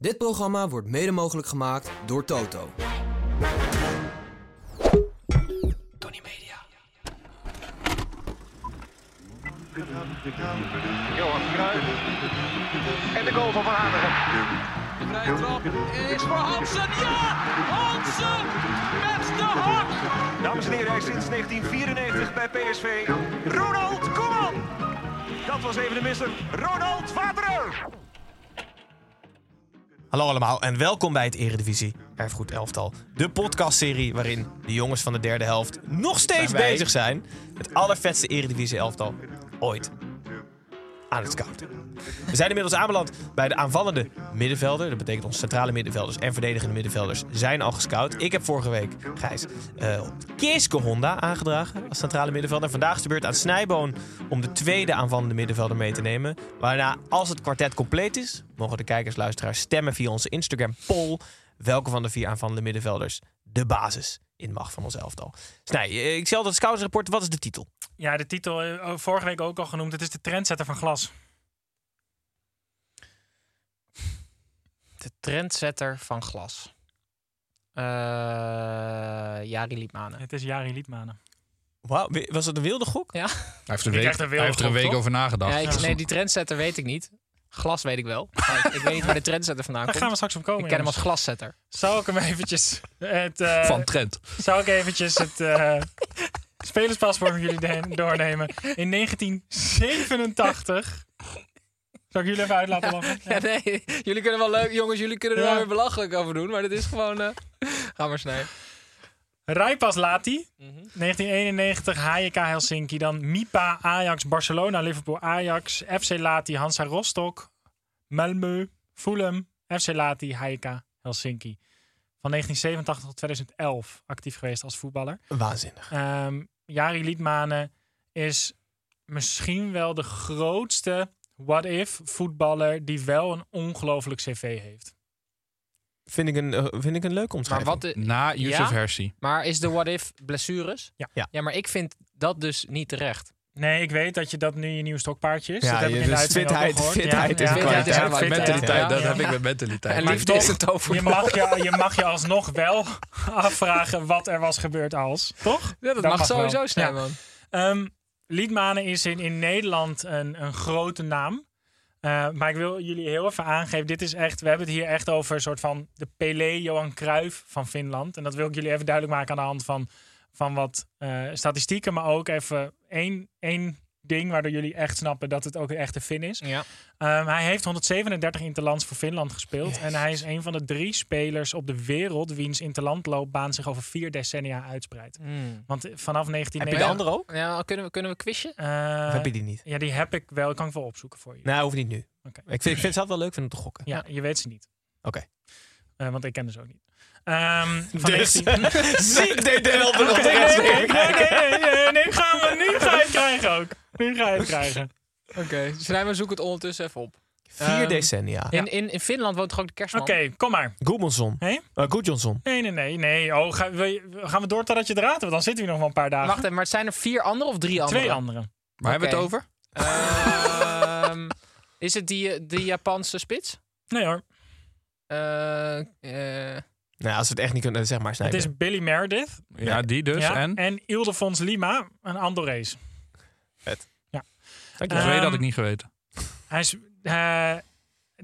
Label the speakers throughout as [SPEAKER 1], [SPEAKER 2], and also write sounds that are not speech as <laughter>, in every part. [SPEAKER 1] Dit programma wordt mede mogelijk gemaakt door Toto. Tony Media.
[SPEAKER 2] Johan Cruijff. En de goal van Van Hanegem.
[SPEAKER 3] De vrije trap is voor Hansen. Ja! Hansen met de hak!
[SPEAKER 2] Dames en heren, hij is sinds 1994 bij PSV. Ronald Koeman! Dat was even de mister. Ronald Waterer!
[SPEAKER 4] Hallo allemaal en welkom bij het Eredivisie Erfgoed Elftal. De podcastserie waarin de jongens van de derde helft nog steeds bezig zijn. Het allervetste Eredivisie Elftal ooit aan het scouten. We zijn inmiddels aanbeland bij de aanvallende middenvelder. Dat betekent onze centrale middenvelders en verdedigende middenvelders zijn al gescout. Ik heb vorige week, Gijs, eh Keeske Honda aangedragen als centrale middenvelder. Vandaag is de beurt aan Snijboon om de tweede aanvallende middenvelder mee te nemen. Waarna, als het kwartet compleet is, mogen de kijkers, luisteraars stemmen via onze Instagram poll welke van de vier aanvallende middenvelders de basis in mag van ons elftal. Snij, eh, ik zal dat scoutsrapport, wat is de titel?
[SPEAKER 5] Ja, de titel, eh, vorige week ook al genoemd. Het is de trendsetter van glas.
[SPEAKER 6] De trendsetter van glas. Eh Jari Liedmanen.
[SPEAKER 5] Het is Jari Liedmanen.
[SPEAKER 6] Nou,
[SPEAKER 4] Wauw, was dat een wilde gok?
[SPEAKER 6] Ja,
[SPEAKER 7] Hij heeft er
[SPEAKER 5] Die
[SPEAKER 7] een week,
[SPEAKER 5] krijgt een
[SPEAKER 7] hij heeft er
[SPEAKER 5] wereldgok,
[SPEAKER 7] een week
[SPEAKER 5] toch?
[SPEAKER 7] over nagedacht.
[SPEAKER 6] ja ik,
[SPEAKER 7] Dus
[SPEAKER 6] nee, die trendsetter weet ik niet. Glas weet ik wel. Maar ik, ik weet niet waar de trendsetter vandaan
[SPEAKER 5] Daar
[SPEAKER 6] komt.
[SPEAKER 5] gaan we straks op komen.
[SPEAKER 6] ik ken hem als
[SPEAKER 5] jongens.
[SPEAKER 6] glaszetter.
[SPEAKER 5] Zou ik hem eventjes... Het, eh,
[SPEAKER 7] Van Trent.
[SPEAKER 5] Zou ik eventjes het
[SPEAKER 6] <laughs>
[SPEAKER 5] eh spelerspaspoort met jullie de- doornemen. In 1987... Zou ik jullie even uit laten lachen?
[SPEAKER 6] Ja, <laughs> nee, jullie kunnen wel leuk, jongens, jullie kunnen er
[SPEAKER 5] Ja.
[SPEAKER 6] wel weer belachelijk over doen. Maar dit is gewoon. eh ga maar snijden.
[SPEAKER 5] Rijpas Lati, 1991 HJK Helsinki. Dan MIPA, Ajax, Barcelona, Liverpool, Ajax, FC Lati, Hansa Rostock, Malmö, Fulham, FC Lati, HJK Helsinki. Van 1987 tot 2011 actief geweest als voetballer.
[SPEAKER 4] Waanzinnig.
[SPEAKER 5] Ehm Jari Liedmanen is misschien wel de grootste what-if voetballer die wel een ongelooflijk cv heeft.
[SPEAKER 4] Vind ik een, eh, vind ik een leuke
[SPEAKER 6] Maar,
[SPEAKER 4] omschrijving.
[SPEAKER 6] wat, de-
[SPEAKER 7] Na Yusuf
[SPEAKER 6] Ja?
[SPEAKER 7] Hersi.
[SPEAKER 6] maar is de what if blessures?
[SPEAKER 5] Ja.
[SPEAKER 4] Ja.
[SPEAKER 6] maar ik vind dat dus niet terecht.
[SPEAKER 5] Nee, ik weet dat je dat nu je nieuwe stokpaardje is.
[SPEAKER 4] Ja,
[SPEAKER 5] dat heb
[SPEAKER 4] je-
[SPEAKER 5] ik in de
[SPEAKER 4] dus
[SPEAKER 5] uitzending ook al
[SPEAKER 4] fitheid-
[SPEAKER 5] gehoord.
[SPEAKER 4] fitheid is
[SPEAKER 5] ja,
[SPEAKER 4] een
[SPEAKER 5] ja,
[SPEAKER 4] kwaliteit.
[SPEAKER 5] ja,
[SPEAKER 7] Ja, mijn
[SPEAKER 5] fitheid,
[SPEAKER 7] mentaliteit,
[SPEAKER 5] ja,
[SPEAKER 7] dat
[SPEAKER 5] ja.
[SPEAKER 7] heb ik met mentaliteit.
[SPEAKER 6] en
[SPEAKER 5] maar
[SPEAKER 6] liefde
[SPEAKER 5] toch-
[SPEAKER 6] is het over.
[SPEAKER 5] Je mag, je, je mag je alsnog wel <laughs> afvragen wat er was gebeurd als, toch?
[SPEAKER 6] Ja, dat, mag,
[SPEAKER 5] wel.
[SPEAKER 6] sowieso snijden,
[SPEAKER 5] Ja.
[SPEAKER 6] man.
[SPEAKER 5] Ehm, Liedmanen is in, in Nederland een, een grote naam. Eh, maar ik wil jullie heel even aangeven, dit is echt, we hebben het hier echt over een soort van de Pelé Johan Cruijff van Finland. En dat wil ik jullie even duidelijk maken aan de hand van, van wat eh, statistieken, maar ook even één, één ding waardoor jullie echt snappen dat het ook een echte Fin is.
[SPEAKER 6] Ja.
[SPEAKER 5] Ehm, hij heeft 137 interlands voor Finland gespeeld. En hij is een van de drie spelers op de wereld wiens interlandloopbaan zich over vier decennia uitspreidt. Want eh, vanaf
[SPEAKER 4] Mm. heb je de
[SPEAKER 5] 1990...
[SPEAKER 4] andere ook?
[SPEAKER 6] Hmm. Ja, kunnen we, kunnen we quizje?
[SPEAKER 5] Eh,
[SPEAKER 4] Of heb je die niet?
[SPEAKER 5] Ja, die heb ik wel. Ik kan ik wel opzoeken voor je.
[SPEAKER 4] Nee, hoeft niet nu.
[SPEAKER 5] Oké.
[SPEAKER 4] Ik, vind, ik vind het altijd wel leuk vinden om te gokken.
[SPEAKER 5] Ja, je weet ze niet.
[SPEAKER 4] Oké.
[SPEAKER 5] Eh, want ik ken ze ook niet. Ehm, van
[SPEAKER 4] Dus, <laughs>
[SPEAKER 5] 19
[SPEAKER 4] ziek deed de helft nog de
[SPEAKER 5] Nee,
[SPEAKER 4] rest
[SPEAKER 5] nee, nee,
[SPEAKER 4] weer.
[SPEAKER 5] nee, nee, nee, nee, gaan we, nu ga je het krijgen ook. Nu ga je het krijgen.
[SPEAKER 6] Oké, Snijman, zoek het ondertussen even op.
[SPEAKER 4] Vier
[SPEAKER 6] Ehm,
[SPEAKER 4] decennia.
[SPEAKER 6] In, in, in Finland woont toch ook de kerstman?
[SPEAKER 5] Oké, kom maar.
[SPEAKER 4] Goedmanson.
[SPEAKER 5] Hé?
[SPEAKER 4] Eh, Goedjonsson.
[SPEAKER 5] Nee, nee, nee. nee. Oh, ga- wil je- gaan we door totdat je het raadt? Want dan zitten we hier nog wel een paar dagen.
[SPEAKER 6] Wacht even, maar het zijn er vier andere of drie andere?
[SPEAKER 5] Twee anderen.
[SPEAKER 7] Maar hebben we het
[SPEAKER 6] Oké.
[SPEAKER 7] over?
[SPEAKER 6] Ehm, <laughs> is het die, eh, die Japanse spits?
[SPEAKER 5] Nee hoor.
[SPEAKER 6] Eh, eh,
[SPEAKER 4] Nou, als we het echt niet kunnen, zeg maar
[SPEAKER 5] Het
[SPEAKER 4] snijden.
[SPEAKER 5] is Billy Meredith.
[SPEAKER 7] Ja, die dus.
[SPEAKER 5] ja,
[SPEAKER 7] En?
[SPEAKER 5] Ildefons Lima, een Andorrees.
[SPEAKER 7] Dat
[SPEAKER 5] Ehm,
[SPEAKER 7] weet dat ik niet geweten.
[SPEAKER 5] Hij is, eh, er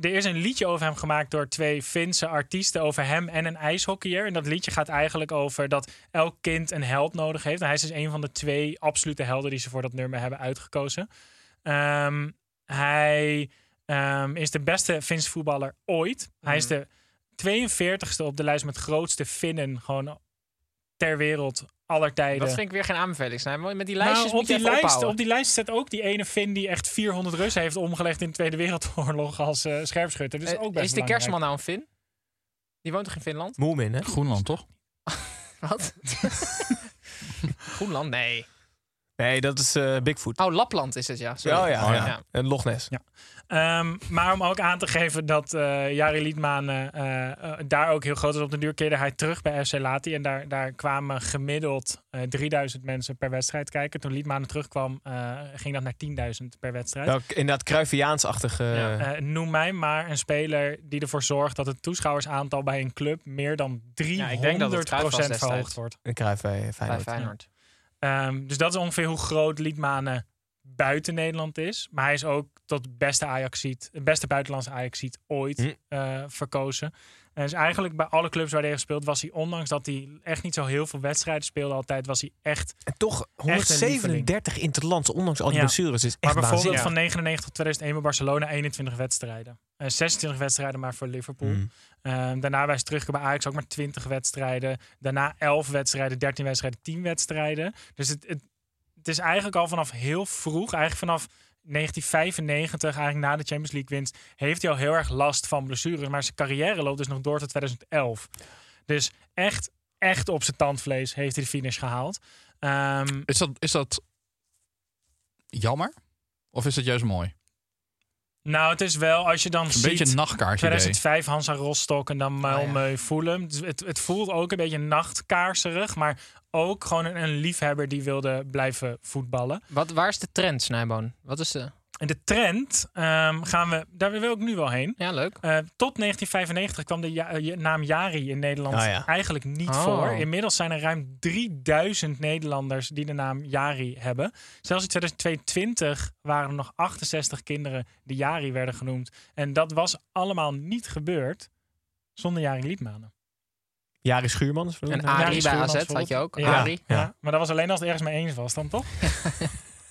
[SPEAKER 5] is een liedje over hem gemaakt door twee Finse artiesten over hem en een ijshockeyer. En dat liedje gaat eigenlijk over dat elk kind een held nodig heeft. En hij is dus een van de twee absolute helden die ze voor dat nummer hebben uitgekozen. Ehm, hij ehm, is de beste Finse voetballer ooit. Hij
[SPEAKER 6] Mhm.
[SPEAKER 5] is de 42ste op de lijst met grootste Finnen gewoon ter wereld aller tijden.
[SPEAKER 6] Dat vind ik weer geen aanbeveling, Snijboon. Met die
[SPEAKER 5] Nou,
[SPEAKER 6] lijstjes
[SPEAKER 5] op,
[SPEAKER 6] moet je
[SPEAKER 5] die
[SPEAKER 6] even
[SPEAKER 5] lijst,
[SPEAKER 6] ophouden.
[SPEAKER 5] op die lijst staat ook die ene Finn die echt 400 Russen heeft omgelegd in de Tweede Wereldoorlog als eh, scherpschutter. Dus
[SPEAKER 6] Eh,
[SPEAKER 5] ook best
[SPEAKER 6] is de
[SPEAKER 5] belangrijk.
[SPEAKER 6] kerstman nou een Fin? Die woont toch in Finland?
[SPEAKER 4] Moemin, hè?
[SPEAKER 7] Groenland, toch?
[SPEAKER 5] <laughs>
[SPEAKER 6] Wat? Groenland? Nee.
[SPEAKER 4] Nee, dat is eh, Bigfoot.
[SPEAKER 6] Oh, Lapland is het, ja.
[SPEAKER 4] ja,
[SPEAKER 6] Sorry.
[SPEAKER 5] Oh,
[SPEAKER 4] ja, ja.
[SPEAKER 6] ja.
[SPEAKER 4] En Loch Ness.
[SPEAKER 5] Ehm, maar om ook aan te geven dat eh Jari Liedman eh, eh, daar ook heel groot is. Op de duur keerde hij terug bij FC Lati. En daar, daar kwamen gemiddeld eh, 3000 mensen per wedstrijd kijken. Toen Liedman terugkwam, eh, ging dat naar 10.000 per wedstrijd.
[SPEAKER 4] Wel, inderdaad, Cruyffiaans-achtige... eh,
[SPEAKER 5] Eh, noem mij maar een speler die ervoor zorgt dat het toeschouwersaantal bij een club meer dan 300%
[SPEAKER 6] ik denk dat het Cruijff was destijds.
[SPEAKER 5] verhoogd wordt.
[SPEAKER 4] Een Cruijff bij
[SPEAKER 6] Bij
[SPEAKER 4] eh, Feyenoord.
[SPEAKER 6] Feyenoord.
[SPEAKER 5] Ehm, dus dat is ongeveer hoe groot Liedmanen buiten Nederland is. Maar hij is ook tot beste Ajaxiet, beste buitenlandse Ajaxiet ooit
[SPEAKER 4] Hm.
[SPEAKER 5] eh, verkozen. En dus eigenlijk bij alle clubs waar hij heeft gespeeld was hij, ondanks dat hij echt niet zo heel veel wedstrijden speelde altijd, was hij echt...
[SPEAKER 4] En toch
[SPEAKER 5] lieveling.
[SPEAKER 4] 137 interlands, ondanks al die
[SPEAKER 5] Ja.
[SPEAKER 4] blessures, is echt
[SPEAKER 5] maar bijvoorbeeld
[SPEAKER 4] waanzinnig.
[SPEAKER 5] van 99 tot 2001 bij Barcelona 21 wedstrijden. Eh 26 wedstrijden maar voor Liverpool.
[SPEAKER 4] Mm.
[SPEAKER 5] Ehm, daarna bij terug bij Ajax ook maar 20 wedstrijden. Daarna 11 wedstrijden, 13 wedstrijden, 10 wedstrijden. Dus het, het, het is eigenlijk al vanaf heel vroeg, eigenlijk vanaf 1995, eigenlijk na de Champions League winst, heeft hij al heel erg last van blessures. Maar zijn carrière loopt dus nog door tot 2011. Dus echt, echt op zijn tandvlees heeft hij de finish gehaald. Ehm,
[SPEAKER 7] Is dat, is dat jammer? Of is dat juist mooi? Een
[SPEAKER 5] nou, het is wel, als je dan ziet...
[SPEAKER 7] beetje een nachtkaars idee.
[SPEAKER 5] 2005 Hansa Rostock en dan Malmö Fulham. Dus het, het voelt ook een beetje nachtkaarserig, maar ook gewoon een, een liefhebber die wilde blijven voetballen.
[SPEAKER 6] Wat, waar is de trend, Snijboon? Wat is de...
[SPEAKER 5] En de trend ehm, gaan we, daar wil ik nu wel heen.
[SPEAKER 6] Ja, leuk.
[SPEAKER 5] Eh, tot 1995 kwam de ja- eh, je- naam Jari in Nederland
[SPEAKER 4] Ah, ja.
[SPEAKER 5] eigenlijk niet
[SPEAKER 6] Oh.
[SPEAKER 5] voor. Inmiddels zijn er ruim 3000 Nederlanders die de naam Jari hebben. Zelfs in 2022 waren er nog 68 kinderen die Jari werden genoemd. En dat was allemaal niet gebeurd zonder Jari Liedmanen.
[SPEAKER 4] Jari Schuurman is
[SPEAKER 6] En
[SPEAKER 5] Arie
[SPEAKER 6] Ari
[SPEAKER 5] is
[SPEAKER 6] bij
[SPEAKER 5] Schuurman
[SPEAKER 6] AZ had je
[SPEAKER 5] bijvoorbeeld.
[SPEAKER 6] ook.
[SPEAKER 5] Ja.
[SPEAKER 6] Ari.
[SPEAKER 5] Ja. maar dat was alleen als het ergens mee eens was dan toch?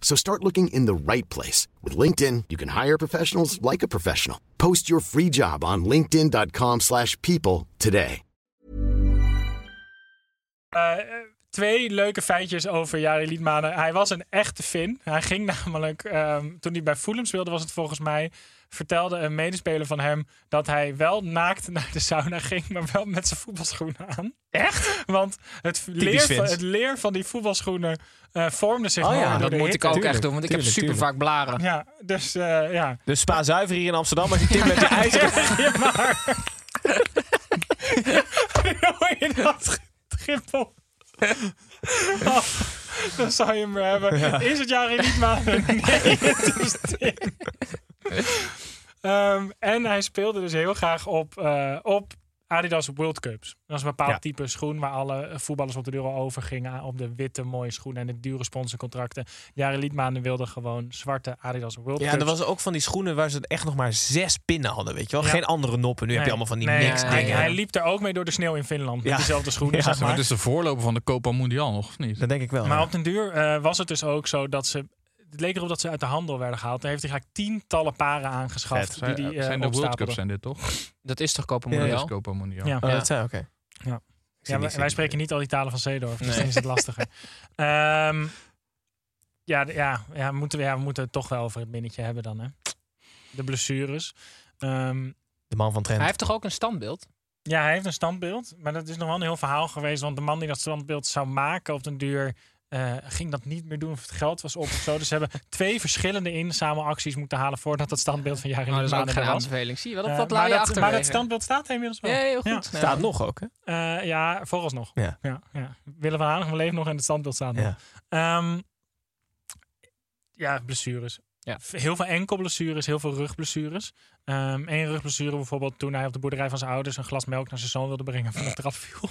[SPEAKER 8] So start looking in the right place. With LinkedIn, you can hire professionals like a professional. Post your free job on linkedin.com/people slash people today.
[SPEAKER 5] Eh, twee leuke feitjes over Jari Liedmanen. Hij was een echte Fin. Hij ging <laughs> namelijk, ehm, toen hij bij Fulham speelde, was het volgens mij, vertelde een medespeler van hem dat hij wel naakt naar de sauna ging, maar wel met zijn voetbalschoenen aan. Echt? Want het leer, van,
[SPEAKER 4] Fins.
[SPEAKER 5] het leer van die voetbalschoenen eh, vormde zich
[SPEAKER 4] Oh
[SPEAKER 5] mooi
[SPEAKER 4] ja,
[SPEAKER 5] door
[SPEAKER 6] dat
[SPEAKER 5] de
[SPEAKER 6] moet
[SPEAKER 5] hitte.
[SPEAKER 6] ik ook
[SPEAKER 4] Tuurlijk,
[SPEAKER 6] echt doen, want ik
[SPEAKER 4] tuurlijk,
[SPEAKER 6] heb super vaak blaren.
[SPEAKER 5] Ja, dus eh, ja.
[SPEAKER 4] De Spa Zuiver hier in Amsterdam, als je Tim met je ijzer...
[SPEAKER 5] <laughs> Ja, maar. Hoor je dat, Gimpel? Oh, dan zou je hem weer hebben. Is het Jari niet maken? <laughs> Nee, het is Tim. Ehm, en hij speelde dus heel graag op, eh, op Adidas World Cups. Dat is een bepaald
[SPEAKER 4] Ja.
[SPEAKER 5] type schoen waar alle voetballers op de euro over gingen. aan- Op de witte mooie schoenen en de dure sponsorcontracten. Jari Liedmanen wilde gewoon zwarte Adidas World
[SPEAKER 4] Ja,
[SPEAKER 5] Cups.
[SPEAKER 4] en er was ook van die schoenen waar ze echt nog maar zes pinnen hadden, weet je wel.
[SPEAKER 5] Ja.
[SPEAKER 4] Geen andere noppen. Nu heb je allemaal van die
[SPEAKER 5] nee,
[SPEAKER 4] niks
[SPEAKER 5] hij,
[SPEAKER 4] dingen.
[SPEAKER 5] hij liep er ook mee door de sneeuw in Finland.
[SPEAKER 4] Ja.
[SPEAKER 5] Met diezelfde schoenen,
[SPEAKER 4] Ja, dus-
[SPEAKER 5] zeg
[SPEAKER 7] Maar
[SPEAKER 5] maar.
[SPEAKER 7] het is de voorloper van de Copa Mundial, nog of niet?
[SPEAKER 4] Dat denk ik wel.
[SPEAKER 5] Maar
[SPEAKER 4] ja.
[SPEAKER 5] op den duur eh, was het dus ook zo dat ze... Het leek erop dat ze uit de handel werden gehaald. Daar heeft hij gelijk tientallen paren aangeschaft.
[SPEAKER 4] Vet.
[SPEAKER 5] die
[SPEAKER 7] Zijn,
[SPEAKER 5] die, eh,
[SPEAKER 7] zijn de World
[SPEAKER 5] opstapelde.
[SPEAKER 7] Cups zijn dit, toch?
[SPEAKER 6] Dat is toch Kopen
[SPEAKER 7] Ja,
[SPEAKER 6] Mondiaal?
[SPEAKER 7] dat is Copa Mundial.
[SPEAKER 5] Ja.
[SPEAKER 4] Oh,
[SPEAKER 6] Ja.
[SPEAKER 4] dat zijn, oké.
[SPEAKER 5] Ja.
[SPEAKER 4] Ik zie
[SPEAKER 5] Ja,
[SPEAKER 4] niks
[SPEAKER 5] wij,
[SPEAKER 4] in.
[SPEAKER 5] wij spreken niet al die talen van Zeedorf, dus
[SPEAKER 6] Nee.
[SPEAKER 5] dan is het
[SPEAKER 7] <laughs>
[SPEAKER 5] lastiger. Ehm, ja, d- ja, ja, moeten we, ja, we moeten het toch wel over het minnetje hebben dan, hè. De blessures. Ehm,
[SPEAKER 4] De man van Trent.
[SPEAKER 6] Hij heeft toch ook een standbeeld?
[SPEAKER 5] Ja, hij heeft een standbeeld. Maar dat is nog wel een heel verhaal geweest. Want de man die dat standbeeld zou maken op den duur... eh, ging dat niet meer doen of het geld was op of zo. Dus ze
[SPEAKER 6] <laughs>
[SPEAKER 5] hebben twee verschillende inzamelacties moeten halen... voordat dat standbeeld van Jaren
[SPEAKER 6] Nou, dat is ook
[SPEAKER 5] Liedmanen
[SPEAKER 6] geen
[SPEAKER 5] er was.
[SPEAKER 6] aanbeveling. Zie je wel,
[SPEAKER 5] Eh,
[SPEAKER 6] dat, dat
[SPEAKER 5] maar,
[SPEAKER 6] laat je
[SPEAKER 5] dat, maar dat
[SPEAKER 6] achterwege.
[SPEAKER 5] standbeeld staat er inmiddels wel.
[SPEAKER 6] Ja, heel goed.
[SPEAKER 5] Ja.
[SPEAKER 6] Snijboon.
[SPEAKER 4] Staat nog ook, hè?
[SPEAKER 5] Eh, ja, vooralsnog.
[SPEAKER 4] Ja.
[SPEAKER 5] Ja, ja. Willem van Hanegem leeft nog en het standbeeld staat nog.
[SPEAKER 4] Ja.
[SPEAKER 5] Ehm, ja, blessures.
[SPEAKER 6] Ja.
[SPEAKER 5] V- Heel veel enkelblessures, heel veel rugblessures. Eén rugblessure bijvoorbeeld toen hij op de boerderij van zijn ouders een glas melk naar zijn zoon wilde brengen van de trap viel.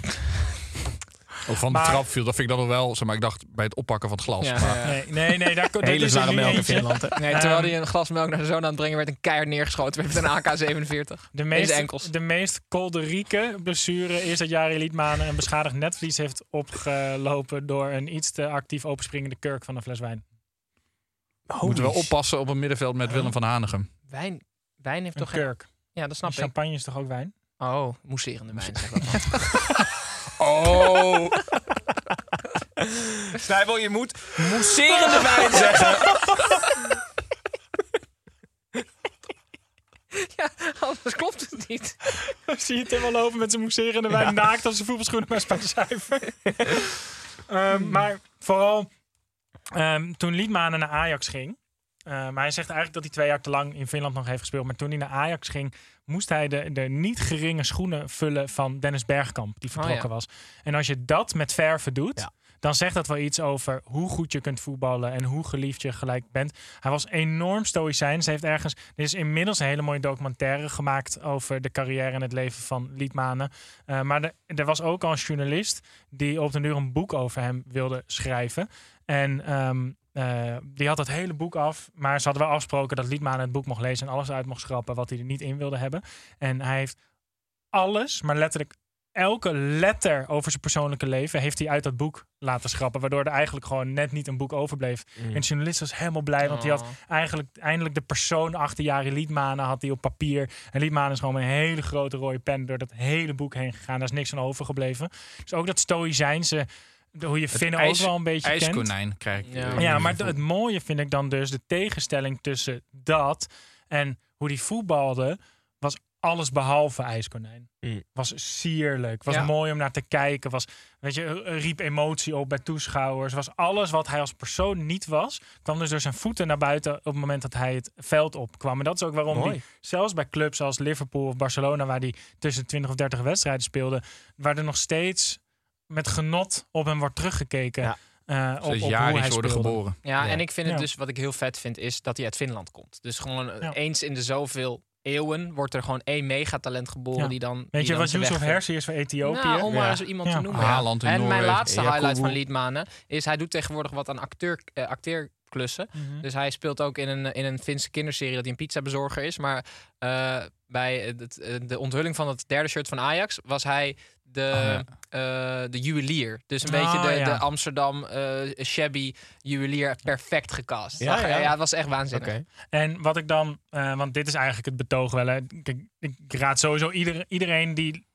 [SPEAKER 7] Of van
[SPEAKER 5] Maar-
[SPEAKER 7] de trap viel, dat vind ik dan nog wel. Zeg maar, ik dacht bij het oppakken van het glas.
[SPEAKER 6] Ja,
[SPEAKER 7] maar,
[SPEAKER 6] ja.
[SPEAKER 5] Nee, nee, nee. Daar, dat
[SPEAKER 4] <laughs> Hele
[SPEAKER 5] is er
[SPEAKER 4] zware
[SPEAKER 5] nu
[SPEAKER 4] melk in
[SPEAKER 5] eentje.
[SPEAKER 4] Finland. hè.
[SPEAKER 6] Nee, terwijl hij een glas melk naar zijn zoon aan het brengen werd, een keihard neergeschoten werd met een AK-47.
[SPEAKER 5] De
[SPEAKER 6] In zijn
[SPEAKER 5] meest,
[SPEAKER 6] enkels.
[SPEAKER 5] de meest kolderieke blessure is dat Jari Liedmanen een beschadigd netvlies heeft opgelopen door een iets te actief openspringende kurk van een fles wijn.
[SPEAKER 7] we moeten wel oppassen op het middenveld met Willem van Hanegem.
[SPEAKER 6] Wijn, wijn heeft
[SPEAKER 5] Een
[SPEAKER 6] toch geen...
[SPEAKER 5] kurk.
[SPEAKER 6] Ja, dat snap
[SPEAKER 5] En
[SPEAKER 6] ik.
[SPEAKER 5] champagne is toch ook wijn?
[SPEAKER 6] Oh, mousserende wijn. zeg dat dan.
[SPEAKER 7] Oh!
[SPEAKER 4] Snijbel, je moet mousserende wijn zeggen.
[SPEAKER 6] Anders klopt het niet.
[SPEAKER 5] <laughs> Zie je Tim wel lopen met zijn mousserende wijn naakt als zijn voetbalschoenen
[SPEAKER 6] <laughs>
[SPEAKER 5] maar spijszuiver. Ehm Maar vooral ehm, toen Liedmanen naar Ajax ging. eh, maar hij zegt eigenlijk dat hij twee jaar te lang in Finland nog heeft gespeeld. Maar toen hij naar Ajax ging, moest hij de, de niet geringe schoenen vullen van Dennis Bergkamp, die vertrokken
[SPEAKER 6] Oh ja.
[SPEAKER 5] was. En als je dat met verven doet,
[SPEAKER 4] Ja.
[SPEAKER 5] dan zegt dat wel iets over hoe goed je kunt voetballen en hoe geliefd je gelijk bent. Hij was enorm stoïcijns. Hij heeft ergens, er is inmiddels een hele mooie documentaire gemaakt over de carrière en het leven van Liedmanen. Eh, maar de- er was ook al een journalist die op den duur een boek over hem wilde schrijven. En ehm, eh, die had het hele boek af, maar ze hadden wel afgesproken dat Liedmanen het boek mocht lezen en alles uit mocht schrappen wat hij er niet in wilde hebben. En hij heeft alles, maar letterlijk elke letter over zijn persoonlijke leven heeft hij uit dat boek laten schrappen. Waardoor er eigenlijk gewoon net niet een boek overbleef. En de journalist was helemaal blij, want die had
[SPEAKER 6] Oh.
[SPEAKER 5] eigenlijk eindelijk de persoon achter Jari Liedmanen had hij op papier. En Liedmanen is gewoon met een hele grote rode pen door dat hele boek heen gegaan. Daar is niks van overgebleven. Dus ook dat stoïcijnse, de- hoe je Finnen ook
[SPEAKER 7] ijs-
[SPEAKER 5] wel een beetje kent.
[SPEAKER 7] IJskonijn krijg ik.
[SPEAKER 6] Ja.
[SPEAKER 7] eh,
[SPEAKER 5] Ja,
[SPEAKER 7] nu
[SPEAKER 5] maar
[SPEAKER 7] gevoel.
[SPEAKER 5] het mooie vind ik dan dus de tegenstelling tussen dat en hoe die voetbalde, was alles behalve ijskonijn.
[SPEAKER 4] Mm.
[SPEAKER 5] Was sierlijk, was
[SPEAKER 6] Ja.
[SPEAKER 5] mooi om naar te kijken, was, weet je, eh, riep emotie op bij toeschouwers. Was alles wat hij als persoon niet was, kwam dus door zijn voeten naar buiten op het moment dat hij het veld opkwam. En dat is ook waarom
[SPEAKER 4] Mooi.
[SPEAKER 5] die, zelfs bij clubs als Liverpool of Barcelona, waar hij tussen 20 of 30 wedstrijden speelde, waar er nog steeds met genot op hem wordt teruggekeken.
[SPEAKER 4] Ja.
[SPEAKER 5] eh, op,
[SPEAKER 7] Ze
[SPEAKER 5] op
[SPEAKER 7] is
[SPEAKER 5] hoe
[SPEAKER 7] Jari
[SPEAKER 5] hij
[SPEAKER 7] worden
[SPEAKER 5] speelde.
[SPEAKER 7] geboren.
[SPEAKER 6] Ja, en ik vind het
[SPEAKER 5] Ja.
[SPEAKER 6] dus, wat ik heel vet vind, is dat hij uit Finland komt. Dus gewoon eh,
[SPEAKER 5] Ja.
[SPEAKER 6] eens in de zoveel eeuwen wordt er gewoon één megatalent geboren
[SPEAKER 5] Ja.
[SPEAKER 6] die dan.
[SPEAKER 5] Weet je wat Yusuf
[SPEAKER 6] Hersen?
[SPEAKER 5] Hersi is voor Ethiopië?
[SPEAKER 6] Nou, om maar
[SPEAKER 4] Ja.
[SPEAKER 6] eens iemand
[SPEAKER 5] Ja.
[SPEAKER 6] te noemen.
[SPEAKER 7] Haaland in
[SPEAKER 6] en mijn
[SPEAKER 7] Noorwegen.
[SPEAKER 6] laatste
[SPEAKER 4] Jacobu.
[SPEAKER 6] highlight van Liedmanen is hij doet tegenwoordig wat aan acteur, eh, acteerklussen.
[SPEAKER 5] Mhm.
[SPEAKER 6] Dus hij speelt ook in een, in een Finse kinderserie dat hij een pizzabezorger is. Maar eh, bij het- eh, de onthulling van het derde shirt van Ajax was hij de,
[SPEAKER 4] Ah,
[SPEAKER 6] eh, de juwelier. Dus een
[SPEAKER 5] Ah,
[SPEAKER 6] beetje de,
[SPEAKER 5] ja.
[SPEAKER 6] de Amsterdam eh, shabby juwelier perfect gecast.
[SPEAKER 4] Ja,
[SPEAKER 6] Ja, ja.
[SPEAKER 4] ja.
[SPEAKER 6] het was echt waanzinnig.
[SPEAKER 4] Oké.
[SPEAKER 5] En wat ik dan, eh, want dit is eigenlijk het betoog wel. Hè. Kijk, ik raad sowieso ieder, iedereen die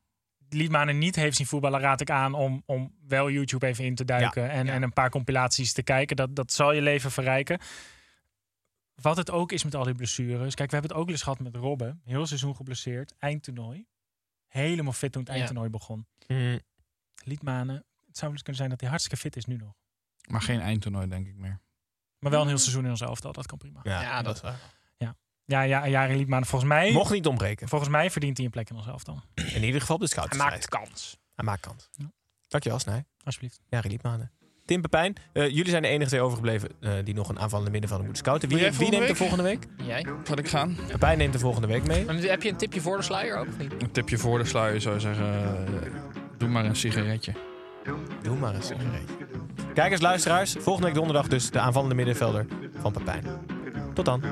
[SPEAKER 5] Liedmanen niet heeft zien voetballen, raad ik aan om, om wel YouTube even in te duiken en,
[SPEAKER 6] ja.
[SPEAKER 5] en een paar compilaties te kijken. Dat, dat zal je leven verrijken. Wat het ook is met al die blessures. Kijk, we hebben het ook wel eens gehad met Robben. Heel seizoen geblesseerd, eindtoernooi. Helemaal fit toen het
[SPEAKER 6] Ja.
[SPEAKER 5] eindtoernooi begon.
[SPEAKER 4] Mm.
[SPEAKER 5] Liedmanen, het zou wel eens kunnen zijn dat hij hartstikke fit is nu nog.
[SPEAKER 7] Maar geen eindtoernooi, denk ik meer.
[SPEAKER 5] Maar wel een heel seizoen in ons elftal, dat kan prima.
[SPEAKER 4] Ja,
[SPEAKER 6] Ja,
[SPEAKER 4] Nou, dat
[SPEAKER 6] dat-
[SPEAKER 4] is waar.
[SPEAKER 5] Ja, ja, Jari Liedmanen, volgens mij...
[SPEAKER 4] Mocht niet ontbreken.
[SPEAKER 5] Volgens mij verdient hij een plek in ons elftal.
[SPEAKER 4] In ieder geval op de
[SPEAKER 6] Hij
[SPEAKER 4] scouts.
[SPEAKER 6] maakt kans.
[SPEAKER 4] Hij maakt kans.
[SPEAKER 5] Ja.
[SPEAKER 4] Dankjewel, Snij.
[SPEAKER 5] Alsjeblieft.
[SPEAKER 4] Ja, Liedmanen. Tim Pepijn, eh, jullie zijn de enige twee overgebleven eh, die nog een aanvallende middenvelder moeten scouten. Wie,
[SPEAKER 7] Wil
[SPEAKER 4] wie
[SPEAKER 7] jij
[SPEAKER 4] neemt de
[SPEAKER 7] volgende
[SPEAKER 4] volgende week?
[SPEAKER 6] Jij?
[SPEAKER 7] Zal ik gaan?
[SPEAKER 4] Pepijn neemt de volgende week mee.
[SPEAKER 6] Maar Heb je een tipje voor de sluier ook? of niet?
[SPEAKER 7] Een tipje voor de sluier zou je zeggen. eh, Doe maar een sigaretje.
[SPEAKER 4] Doe maar eens. Kijkers, luisteraars, volgende week donderdag dus de aanvallende middenvelder van Pepijn. Tot dan.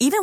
[SPEAKER 9] Even